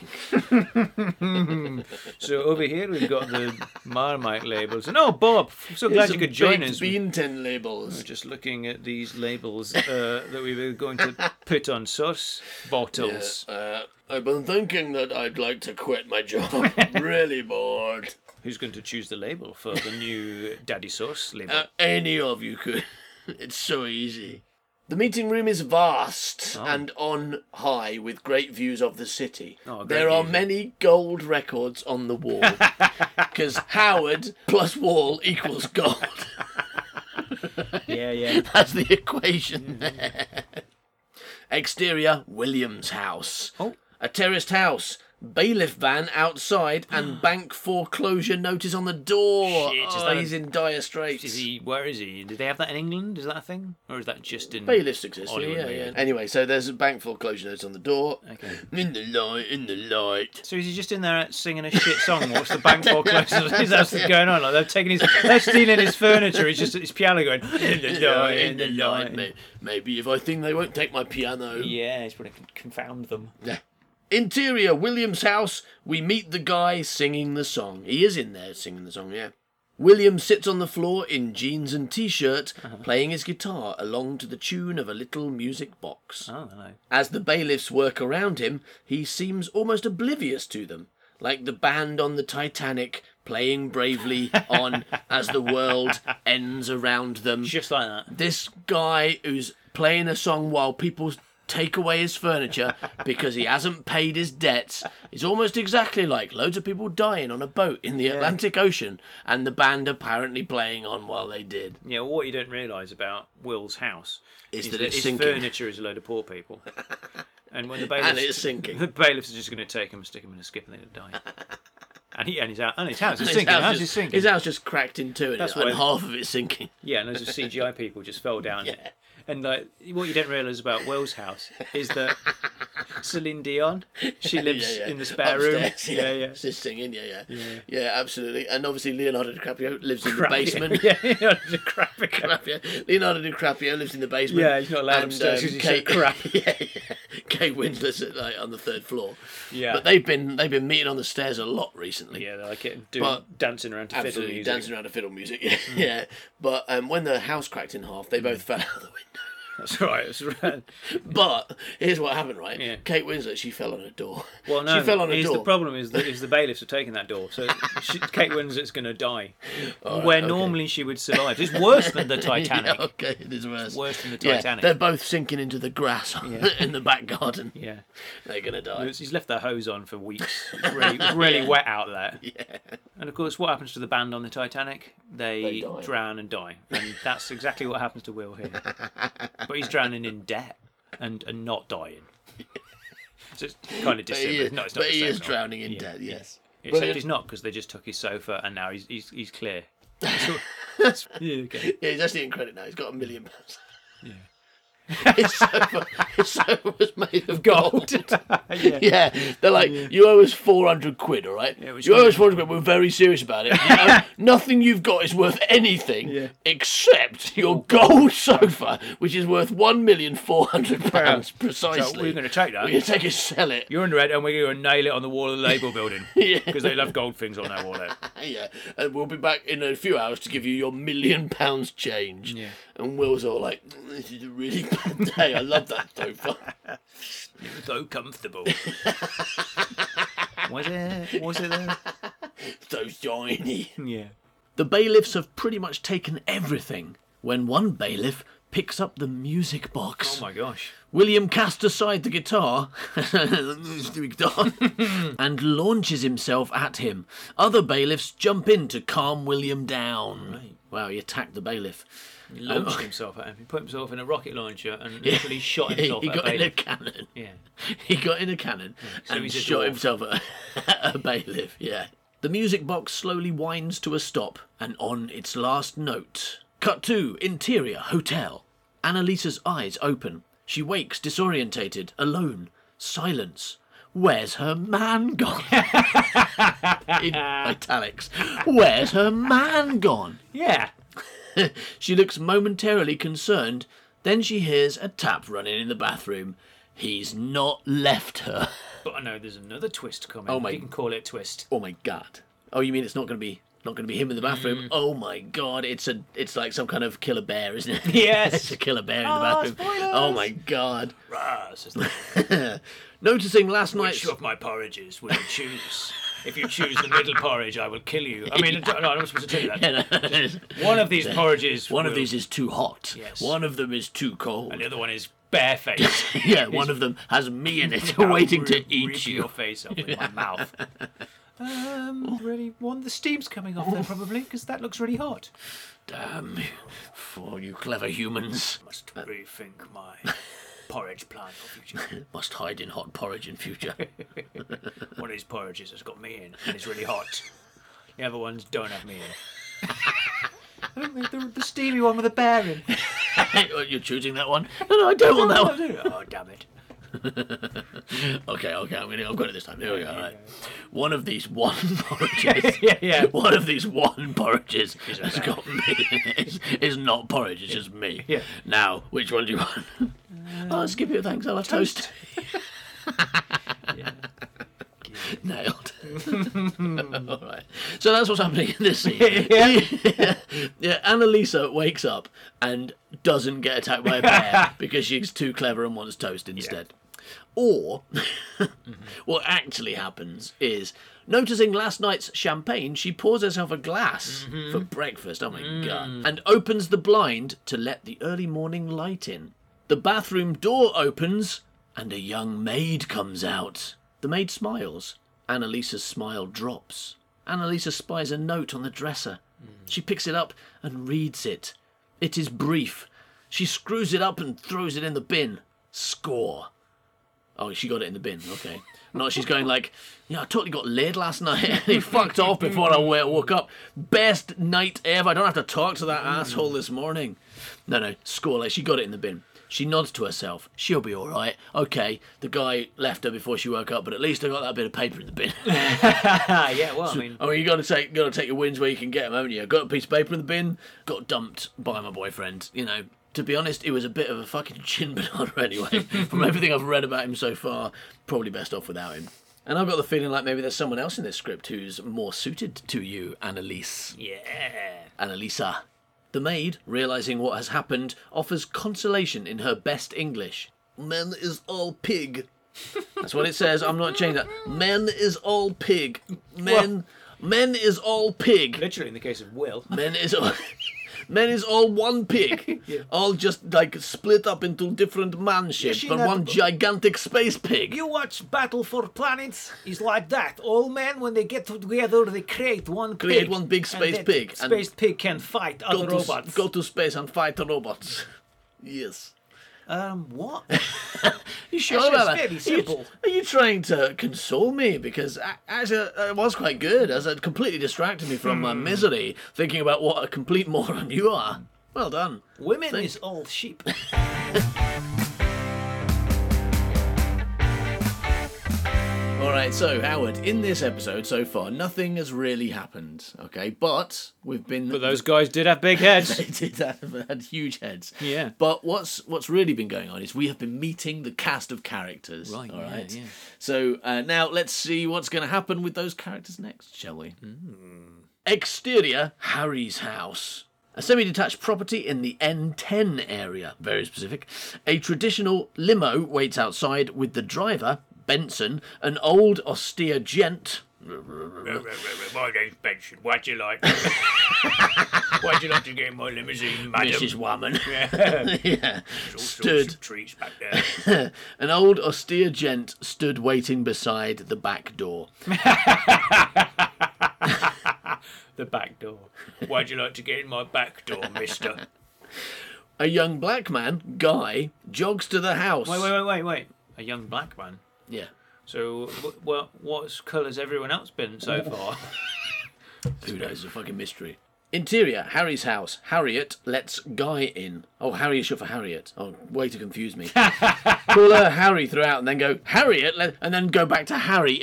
So over here we've got the Marmite labels. And oh, Bob, so glad [LAUGHS] you Some could join baked us. Bean tin labels. We're just looking at these labels uh, that we were going to put on sauce bottles. Uh, I've been thinking that I'd like to quit my [LAUGHS] job. really bored. Who's going to choose the label for the [LAUGHS] new Daddy Sauce label? Uh, any of you could. [LAUGHS] it's so easy. The meeting room is vast and on high with great views of the city. Oh, great there are views, eh? many gold records on the [LAUGHS] wall. Because Howard plus wall equals gold. [LAUGHS] yeah, [LAUGHS] yeah. Mm-hmm. That's the equation there. Exterior Williams House. Oh. A terraced house. Bailiff van outside [GASPS] and bank foreclosure notice on the door. Shit, is oh, that a- he's in dire straits. Is he? Where is he? Do they have that in England? Is that a thing, or is that just in? Bailiffs exist. Yeah, Hollywood, yeah, maybe. yeah. Anyway, so there's a bank foreclosure notice on the door. Okay. In the light, in the light. So is he just in there singing a shit song? What's the bank [LAUGHS] foreclosure? Is that what's going on? Like they're taking his, they're stealing his furniture. He's just at his piano going in [LAUGHS] the light, in the light. light. May- Maybe if I think they won't take my piano. Yeah, he's probably con- confound them. Interior Williams house. We meet the guy singing the song. He is in there singing the song, yeah. William sits on the floor in jeans and t-shirt, playing his guitar along to the tune of a little music box. Oh no. As the bailiffs work around him, he seems almost oblivious to them, like the band on the Titanic playing bravely on as the world ends around them. Just like that. This guy who's playing a song while people take away his furniture because he hasn't paid his debts is almost exactly like loads of people dying on a boat in the Atlantic Ocean and the band apparently playing on while they did. Yeah, well, what you don't realise about Will's house Is is that that, it's his sinking. furniture is a load of [LAUGHS] poor people. And when the bailiffs, And it's sinking. [LAUGHS] the bailiffs are just going to take him and stick him in a skip and they'll die. [LAUGHS] And, he, and, his, hou- and his house is sinking. His house just, is sinking. his house just cracked in two and, That's and why- half of it's sinking. Yeah, and loads of CGI people just fell down it. And like, what you don't realise about Will's house is that Celine Dion, she lives Yeah, yeah. in the spare room. Upstairs, Yeah, yeah. It's just singing, yeah, yeah, yeah, absolutely. And obviously Leonardo DiCaprio lives [LAUGHS] in the Crap, yeah. basement. Yeah, yeah, the crap. [LAUGHS] Crapio. Leonardo DiCaprio lives in the basement. Yeah, he's not allowed upstairs 'cause he's so [LAUGHS] crap. yeah, yeah. Kate Winslet's at, like, on the third floor. Yeah. But they've been they've been meeting on the stairs a lot recently. Yeah, they're like it, doing, But- dancing around to fiddle Absolutely music. [LAUGHS] Mm. [LAUGHS] dancing around to fiddle music. Yeah. yeah. But um, when the house cracked in half, they both fell out of the window. That's right. That's right. But here's what happened, right? Yeah. Kate Winslet, she fell on a door. Well, no. [LAUGHS] she fell on a is door. The problem is that is the bailiffs have taken that door, so she, Kate Winslet's going to die, where normally she would survive. It's worse than [LAUGHS] the [LAUGHS] Yeah, Titanic. okay, it is worse. Worse than the Yeah, Titanic. they're both sinking into the grass [LAUGHS] in the back garden. Yeah, They're gonna die. he's left their hose on for weeks. It's [LAUGHS] really, really wet out there. Yeah. And of course, what happens to the band on the Titanic? They, They die. drown and die, and that's exactly what happens to Will [LAUGHS] here. but he's drowning in debt and and not [LAUGHS] dying. So it's kind of But he dissimilar. is, No, it's not but the he same is at all. drowning in Yeah. debt. Yes. Except Brilliant. he's not because they just took his sofa and now he's he's, he's clear. [LAUGHS] That's- [LAUGHS] yeah, okay. Yeah, he's actually in credit now. He's got a million pounds. [LAUGHS] his, sofa, his sofa was made of gold. yeah. [LAUGHS] Yeah, they're like, you owe us 400 quid, all right? which you owe means- us 400 quid, we're very serious about it. You [LAUGHS] owe- nothing you've got is worth anything Yeah. except your gold sofa, which is worth £1,400 precisely. So we're going to take We're gonna that. take it, sell it. You're in red, and we're going to nail it on the wall of the label building [LAUGHS] because they love gold things on their wall. there. Yeah, and we'll be back in a few hours to give you your million pounds change. Yeah. And Will's all like, this is a really bad day. I love that [LAUGHS] sofa. It was so [LAUGHS] comfortable. was it? Was it? There? so shiny. Yeah. The bailiffs have pretty much taken everything when one bailiff picks up the music box. Oh my gosh. William casts aside the guitar, [LAUGHS] and launches himself at him. Other bailiffs jump in to calm William down. Wow, he attacked the bailiff. He [LAUGHS] launched himself at him. He put himself in a rocket launcher and literally shot He, himself [LAUGHS] he at a got in a bailiff. cannon. Yeah. [LAUGHS] He got in a cannon so and he's a shot dwarf. himself at at [LAUGHS] a bailiff. Yeah. The music box slowly winds to a stop, and on its last note. Cut to interior hotel. Annalisa's eyes open. She wakes disorientated, alone. Silence. Where's her man gone? in italics. Where's her man gone? Yeah. She looks momentarily concerned. Then she hears a tap running in the bathroom. He's not left her. But I know there's another twist coming. Oh my- You can call it a twist. Oh my god. Oh, you mean it's not going to be not going to be him in the bathroom? Oh my god, it's a it's like some kind of killer bear, isn't it? Yes. [LAUGHS] it's a killer bear in the bathroom. Oh my god. [LAUGHS] Rah, says the Noticing last night's [LAUGHS] Which of my porridges will you choose? if you choose the middle porridge, I will kill you. I [LAUGHS] mean, no, I'm not supposed to do that. One of these porridges. [LAUGHS] one of will- these is too hot. Yes. One of them is too cold. And the other one is barefaced. [LAUGHS] yeah, one of them has me [LAUGHS] in it, [LAUGHS] waiting to eat you. your face up with my [LAUGHS] mouth. Um, really, one the steam's coming off there probably because that looks really hot. Damn you, for you clever humans. Must rethink my [LAUGHS] porridge plan for future. Must hide in hot porridge in future. [LAUGHS] One of these porridges has got me in and it's really hot. The other ones don't have me in. [LAUGHS] I think the, the steamy one with a bear [LAUGHS] in. You're choosing that one? No, no, I don't want that [LAUGHS] one. Oh, damn it. Okay, okay, I'm gonna, I've got it this time. Here we go. Right. One of these one [LAUGHS] porridges. Yeah, yeah. One of these one porridges has got [LAUGHS] me. It's, it's not porridge. It's just me. Yeah. Now, which one do you want? oh, skip it. Thanks. I'll have toast. [LAUGHS] Nailed. [LAUGHS] All right. So that's what's happening in this scene. [LAUGHS] [LAUGHS] yeah. yeah. Annalisa wakes up and doesn't get attacked by a [LAUGHS] bear because she's too clever and wants toast instead. Or what actually happens is, noticing last night's champagne, she pours herself a glass for breakfast. Oh my god! And opens the blind to let the early morning light in. The bathroom door opens and a young maid comes out. The maid smiles. Annalisa's smile drops. Annalisa spies a note on the dresser. She picks it up and reads it. It is brief. She screws it up and throws it in the bin. Score. Oh, she got it in the bin. Okay. No, she's going like, yeah, I totally got laid last night. [LAUGHS] and he fucked off before I wa- woke up. Best night ever. I don't have to talk to that asshole this morning. No, no, score. Like, she got it in the bin. She nods to herself. She'll be all right. Okay, the guy left her before she woke up, but at least I got that bit of paper in the bin. [LAUGHS] Ah, yeah, well, I mean, I mean, you gotta take gotta take your wins where you can get them, haven't you? Got a piece of paper in the bin. Got dumped by my boyfriend. You know, to be honest, it was a bit of a fucking [LAUGHS] chin banana anyway. From everything I've read about him so far, probably best off without him. And I've got the feeling like maybe there's someone else in this script who's more suited to you, Annalise. yeah. Annalisa. The maid, realizing what has happened, offers consolation in her best English. Man is all [LAUGHS] pig. That's what it says. I'm not changing that. Men is all pig. Men, men is all pig. [LAUGHS] Literally, in the case of Will. Men is all, [LAUGHS] men is all [LAUGHS] one pig, all just like split up into different man shapes, she but not- one gigantic space pig. You watch Battle for Planets is like that. All men, when they get together, they create one Create pig, one big and space that pig, and- Space pig can fight go other to s- robots. go to space and fight the robots. [LAUGHS] yes. um, [LAUGHS] what? You sure Actually, about it's that? fairly Are Oh, you- simple. Are you trying to console me? Because a- actually, uh, it was quite good, as it completely distracted me from my Hmm. misery, thinking about what a complete [LAUGHS] moron you are. Well done. Women is all [LAUGHS] sheep. All right, so Howard, in this episode so far, nothing has really happened. Okay, but we've been But those guys did have big heads. [LAUGHS] [LAUGHS] they did have had huge heads. Yeah. But what's what's really been going on is we have been meeting the cast of characters. Right, All yeah, right. yeah. So uh, now let's see what's going to happen with those characters next, shall we? Hmm. Exterior Harry's house. A semi detached property in the N10 area, very specific. A traditional limo waits outside with the driver, Benson, an old austere gent. My name's Benson. What'd [LAUGHS] you like? Why'd you like to get in my limousine, madam? Mrs. Woman. [LAUGHS] yeah. All sorts Stood of treats back there. An old austere gent stood waiting beside the back door. [LAUGHS] the back door. Why'd you like to get in my back door, mister? A young black man, Guy, jogs to the house. Wait, wait, wait, wait, wait. [LAUGHS] A young black man. Yeah. So, wh- well, what colour's everyone else been so far? Who knows? A fucking mystery. Interior, Harry's house. Harriet lets Guy in. Oh, Harry is short for Harriet. Oh, way to [LAUGHS] confuse me. Call her Harry throughout and then go, Harriet, let-" and then go back to Harry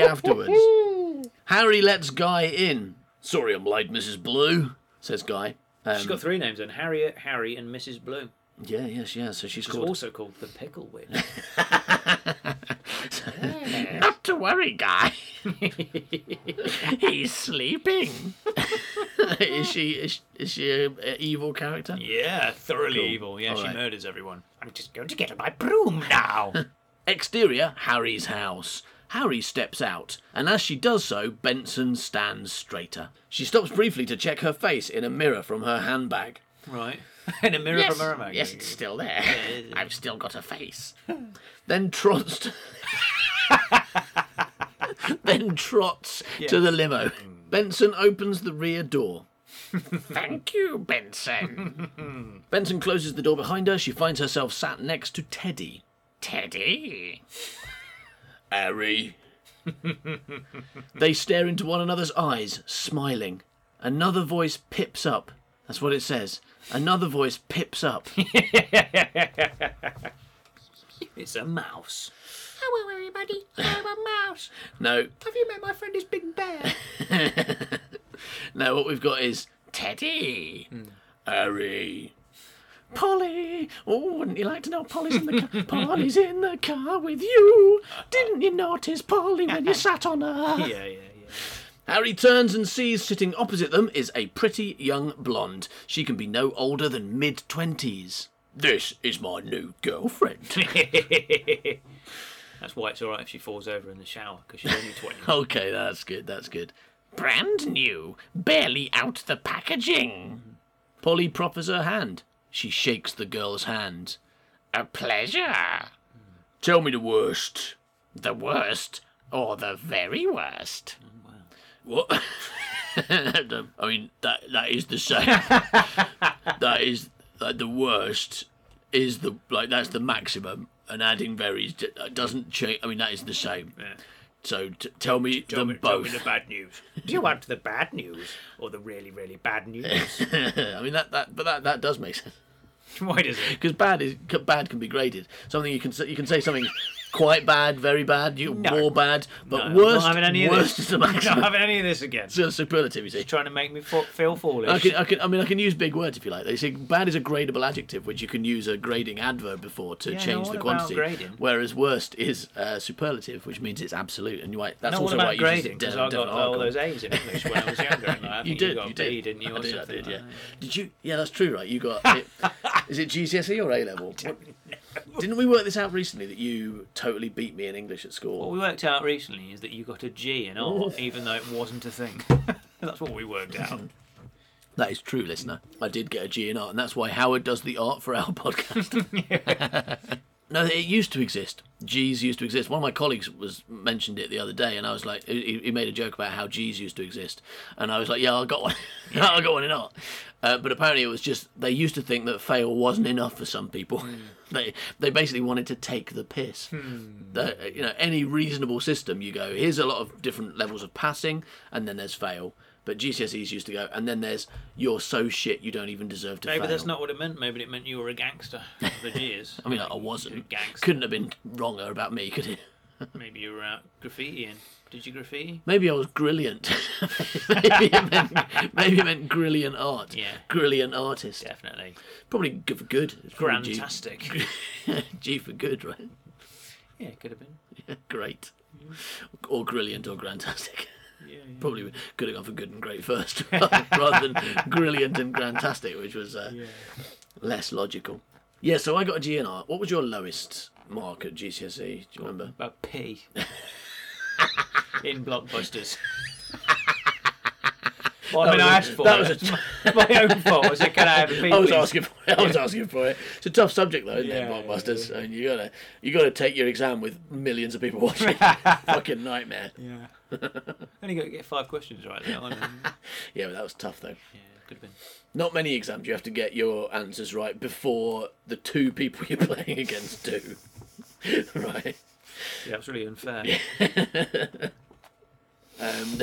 [LAUGHS] afterwards. Harry lets Guy in. Sorry I'm late, Mrs. Blue, says Guy. Um, She's got three names then Harriet, Harry, and Mrs. Blue. yeah, yes, yeah. So she's She's called also called the Pickle Witch. Not to worry, guy. He's sleeping. is she is, is she an evil character? [LAUGHS] yeah, thoroughly evil. Yeah, she Alright. murders everyone. I'm just going to get my broom now. Exterior, Harry's house. Harry steps out, and as she does so, Benson stands straighter. She stops briefly to check her face in a mirror from her handbag. [LAUGHS] Right. [LAUGHS] In a mirror from her mag. yes, it's still there. I've still got a face. then trots. To... then trots to the limo. Benson opens the rear door. Thank you, Benson. Benson closes the door behind her. She finds herself sat next to Teddy. Teddy. Harry. they stare into one another's eyes, smiling. Another voice pips up. That's what it says. Another voice pips up. It's a mouse. Hello, everybody. I'm a mouse. No, Have you met my friend, this big [LAUGHS] bear? no, what we've got is Teddy, Hmm. Harry, Polly. Oh, wouldn't you like to know Polly's in the [LAUGHS] car? Polly's in the car with you. Didn't you notice Polly when [LAUGHS] you sat on her? Yeah, yeah, yeah. Harry turns and sees sitting opposite them is a pretty young blonde. She can be no older than mid twenties. This is my new [LAUGHS] girlfriend. [LAUGHS] That's why it's alright if she falls over in the shower, because she's only [LAUGHS] 20. okay, that's good. That's good. Brand new, barely out the packaging. Polly proffers her hand. She shakes the girl's hand. A pleasure. Tell me the worst. The worst, or the very worst. What? [LAUGHS] I mean, that that is [LAUGHS] the same. that is like the worst. Is the like that's the maximum, and adding varies d- doesn't change. I mean, that is the same. So t- tell me them me, Tell me both. the bad [LAUGHS] news. Do you want the bad news or the really, really bad [LAUGHS] news? I mean that, that but that, that does make sense [LAUGHS] why does it? because bad is c- bad can be graded. Something you can say, you can say something quite bad, very bad, you No. more bad, but No, worst, not having any of worst this. [LAUGHS] is the Not maximum. having any of this again. It's a [LAUGHS] superlative, you see. Trying to make me fo- feel foolish. I can, I can, I mean, I can use big words if you like. They say bad is a gradable adjective, which you can use a grading adverb before to Yeah, no, change what the about quantity. grading? Whereas worst is uh, superlative, which means it's absolute, and you might, that's no, what also why about it uses grading? Because dev- I got definite all article. those A's in English when I was younger. [LAUGHS] And I think You did, got you B, did, didn't you? I or did, I something did, like yeah. that. Did you? Yeah, that's true, right? You [LAUGHS] got. It, is it GCSE E or A level? What- Didn't we work this out recently that you totally beat me in English at What school? we worked out recently is that you got a G in art, even though it wasn't a thing. [LAUGHS] That's what we worked out. That is true, listener. I did get a G in art, and that's why Howard does the art for our [LAUGHS] podcast. no, it used to exist. G's used to exist. One of my colleagues was mentioned it the other day, and I was like, he, he made a joke about how G's used to exist, and I was like, yeah, I got one. [LAUGHS] I got one in art. Uh, but apparently, it was just they used to think that fail wasn't enough for some people. Hmm. [LAUGHS] they they basically wanted to take the piss. Hmm. The- you know, any reasonable system, you go, here's a lot of different levels of passing, and then there's fail. But GCSEs used to go, and then there's you're so shit you don't even deserve to Maybe fail. that's not what it meant. Maybe it meant you were a gangster for the years. [LAUGHS] I mean, I wasn't. Gangster. Couldn't have been wronger about me, could it? Maybe you were out graffitiing. Did you graffiti? Maybe I was brilliant. [LAUGHS] maybe, it meant, maybe it meant brilliant art. Yeah. Brilliant artist. Definitely. Probably good for good. It's probably G, Grantastic. [LAUGHS] [LAUGHS] G for good, right? yeah, it could have been. great. Or brilliant or grantastic. Yeah, yeah. [LAUGHS] Probably could have gone for good and great first [LAUGHS] rather than brilliant and grantastic, which was uh, less logical. Yeah, so I got a G in art. What was your lowest mark at GCSE? E? Do you remember? A [LAUGHS] P. in blockbusters. well, I mean, I asked for it. that was a- It's [LAUGHS] my own fault. I said, "Can I have a P?" [LAUGHS] I was please?" asking for it. I was asking for it. It's a tough subject though, isn't Yeah, it, blockbusters? I mean, you gotta you gotta take your exam with millions of [LAUGHS] people watching. Fucking nightmare. Yeah. Only got to get five questions right there. aren't [LAUGHS] I? Yeah, but that was tough though. Yeah, could have been. Not many exams you have to get your answers right before the two people [LAUGHS] you're playing against do. [LAUGHS] right. [LAUGHS] Yeah, it's really unfair. Um, [LAUGHS]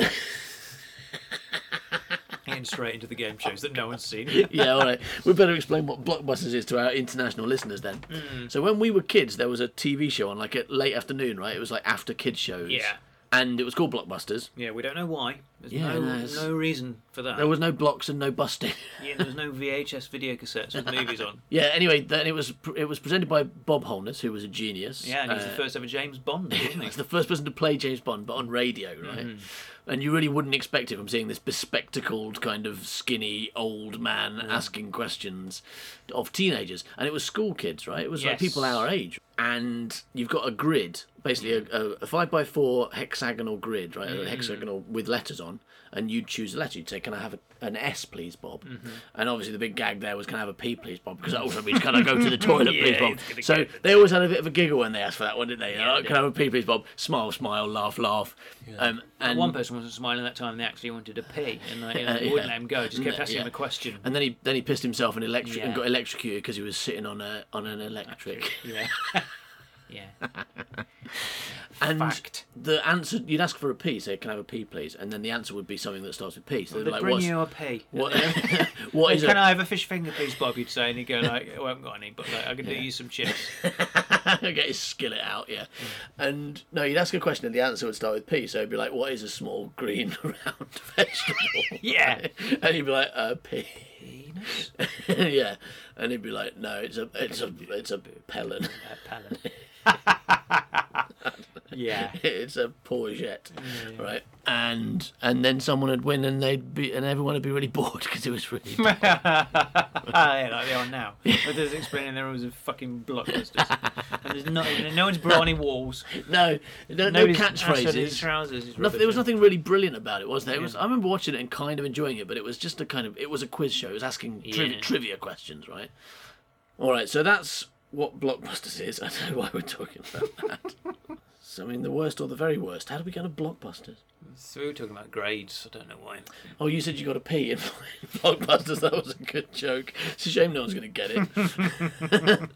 Getting straight into the game shows that no one's [LAUGHS] seen. yeah, all right. We better explain what blockbusters is to our international listeners then. Hmm. So when we were kids, there was a TV show on like at late afternoon, right? It was like after kids shows. Yeah. And it was called blockbusters. Yeah, we don't know why. There's Yeah, no, no, it's- no reason for that. There was no blocks and no busting. [LAUGHS] Yeah, there was no VHS video cassettes with movies on. yeah. Anyway, then it was it was presented by Bob Holness, who was a genius. Yeah, and he's the Uh, first ever James Bond, wasn't He's [LAUGHS] he? the first person to play James Bond, but on radio, right? Mm-hmm. And you really wouldn't expect it from seeing this bespectacled, kind of skinny old man asking questions of teenagers. And it was school kids, right? It was like Yes. people our age. And you've got a grid, basically a, a, a five by four hexagonal grid, right? Mm-hmm. A hexagonal with letters on. And you'd choose a letter. You'd say, "Can I have a, an S, please, Bob?" Mm-hmm. And obviously, the big gag there was, "Can I have a P, please, Bob?" Because that also means, "Can I [LAUGHS] go to the toilet, Yeah, please, Bob?" it's gonna So get- they always had a bit of a giggle when they asked for that one, didn't they? Like, Can I have a pee, please, Bob? Smile, smile, laugh, laugh. Um, and One person wasn't smiling that time. They actually wanted a pee, and they and they Uh, yeah. wouldn't let him go. Just kept Yeah, asking him yeah. a question. And then he then he pissed himself and electri- Yeah. and got electrocuted because he was sitting on a on an electric. Yeah. yeah. [LAUGHS] and Fact. the answer you'd ask for a pee, say, "Can I have a pee, please?" And then the answer would be something that starts with P. So They they're like, bring "What's you a pee. what? [LAUGHS] what is Can it? I have a fish finger, please, Bob? You'd say, and he'd go [LAUGHS] like, "Oh, "I haven't got any, but like, I can do you some chips." Get his skillet out, yeah. And no, you'd ask a question and the answer would start with P. So it'd be like, "What is a small green [LAUGHS] round vegetable?" Yeah. and he'd be like, "A pea." [LAUGHS] yeah, and he'd be like, "No, it's a, it's a, it's a pellet. Uh, palate. yeah. [LAUGHS] it's a courgette, right?" And and then someone would win, and they'd be, and everyone would be really [LAUGHS] bored because it was [LAUGHS] really. [LAUGHS] yeah, like they are now. But there's explaining the rules of fucking blockbusters. and there's not, and no one's brought any walls. no, no, no Nobody's asked for these catchphrases. Trousers. It's Nothing, there was nothing really brilliant about it, was there? It was. I remember watching it and kind of enjoying it, but it was just a kind of. It was a quiz show. It was asking triv- Yeah. trivia questions, right? All right, so that's what blockbusters is. [LAUGHS] I don't know why we're talking about that. so, I mean, the worst or the very worst. How do we go to blockbusters? So we were talking about grades. I don't know why. Oh, you said you got a pee in [LAUGHS] Blockbusters. That was a good joke. It's a shame no one's going to get it.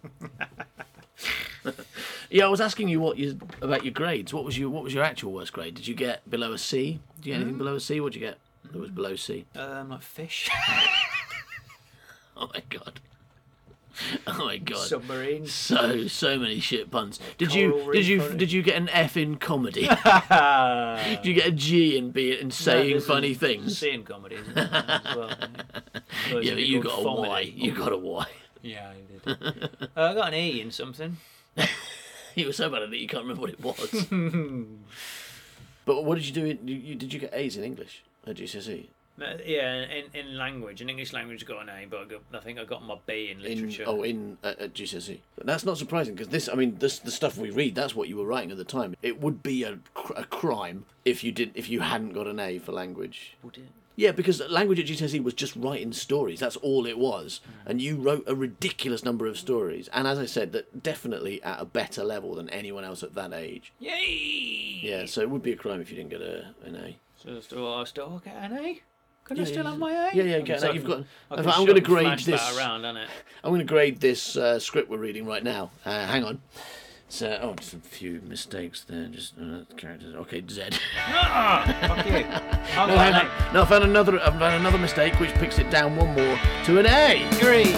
[LAUGHS] yeah, I was asking you what you about your grades. What was your what was your actual worst grade? Did you get below a C? Did you get Hmm? anything below a C? What did you get that was below C? Um, like fish. Oh my god. [LAUGHS] Oh my god. Submarine. [LAUGHS] so so many shit puns. Did Coral you reef did you funny. did you get an F in [LAUGHS] comedy? Ah. [LAUGHS] did you get a G in be in saying this funny is things? Seeing comedy. Isn't it? As well. Yeah, but you got a Vomiting. Y. You got a Y. Yeah, I did. uh, I got an E in something. You were so bad at it you can't remember what it was. but what did you do? In, you, you, did you get A's in English at GCSE? Uh, yeah, in, in language, in English language, I got an A, but I, got, I think I got my B in In, literature. E. oh, in at, at GCSE. E. That's not surprising because this. I mean, this the stuff we read. That's what you were writing at the time. It would be a, cr- a crime if you did if you hadn't got an A for language. Would it? Yeah, because language at GCSE E was just writing stories. That's all it was, and you wrote a ridiculous number of stories. And as I said, that definitely at a better level than anyone else at that age. Yay! Yeah, so it would be a crime if you didn't get a, an A. So still, I still Oh, get an A. Can I yeah, still yeah. have my A? Yeah, yeah, I'm get an A. sorry, You've got- I in can fact, I'm shove gonna the grade flash that this. around, aren't it? I'm going to grade this uh, script we're reading right now. Uh, hang on. So, oh, just a few mistakes there. Just uh, characters. Okay, Z. [LAUGHS] Fuck you. I'm no, hang an on. No, I found another. I found another mistake, which picks it down one more to an A. Three.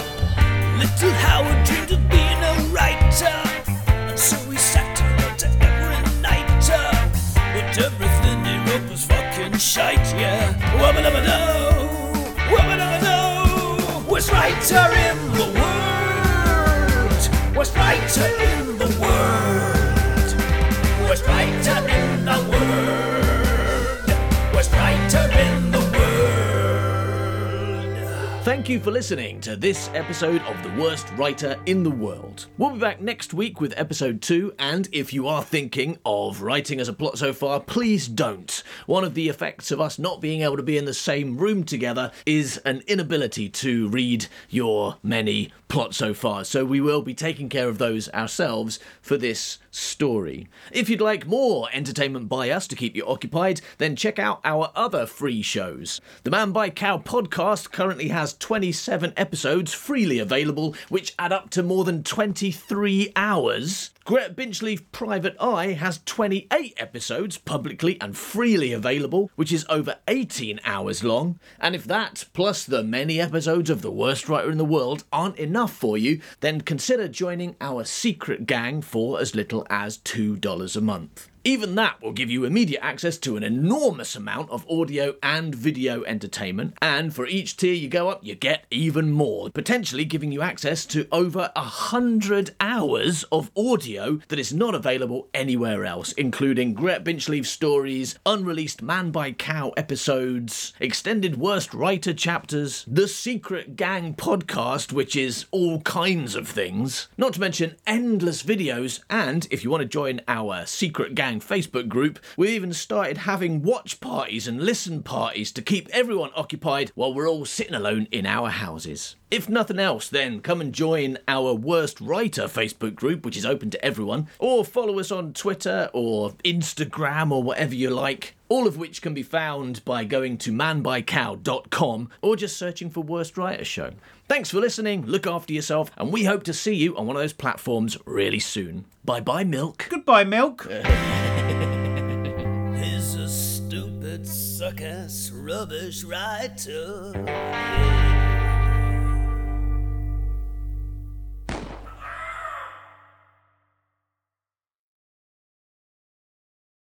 Little Howard dreamed of being a writer, and so he sat and wrote a every nighter. But everything he wrote was fucking shite, yeah. Woman of a no, woman of a no, worst writer in the world, worst writer in the world, worst writer in the world, worst writer in the world. Thank you for listening to this episode of The Worst Writer in the World. We'll be back next week with episode 2, and if you are thinking of writing as a plot so far, please don't. One of the effects of us not being able to be in the same room together is an inability to read your many plot so far, so we will be taking care of those ourselves for this story. If you'd like more entertainment by us to keep you occupied, then check out our other free shows. The Man by Cow podcast currently has 27 episodes freely available, which add up to more than 23 hours. Gret Binchleaf Private Eye has 28 episodes publicly and freely available, which is over 18 hours long. And if that, plus the many episodes of The Worst Writer in the World, aren't enough for you, then consider joining our secret gang for as little as $2 a month. Even that will give you immediate access to an enormous amount of audio and video entertainment, and for each tier you go up, you get even more, potentially giving you access to over a hundred hours of audio that is not available anywhere else, including Gret Binchleaf stories, unreleased Man by Cow episodes, extended Worst Writer chapters, the Secret Gang podcast, which is all kinds of things, not to mention endless videos, and if you want to join our Secret Gang Facebook group, we've even started having watch parties and listen parties to keep everyone occupied while we're all sitting alone in our houses. If nothing else, then come and join our Worst Writer Facebook group, which is open to everyone, or follow us on Twitter or Instagram or whatever you like. All of which can be found by going to manbycow.com or just searching for Worst Writer Show. Thanks for listening, look after yourself, and we hope to see you on one of those platforms really soon. Bye bye, Milk. Goodbye, milk. He's a stupid, suck ass, rubbish writer. Yeah.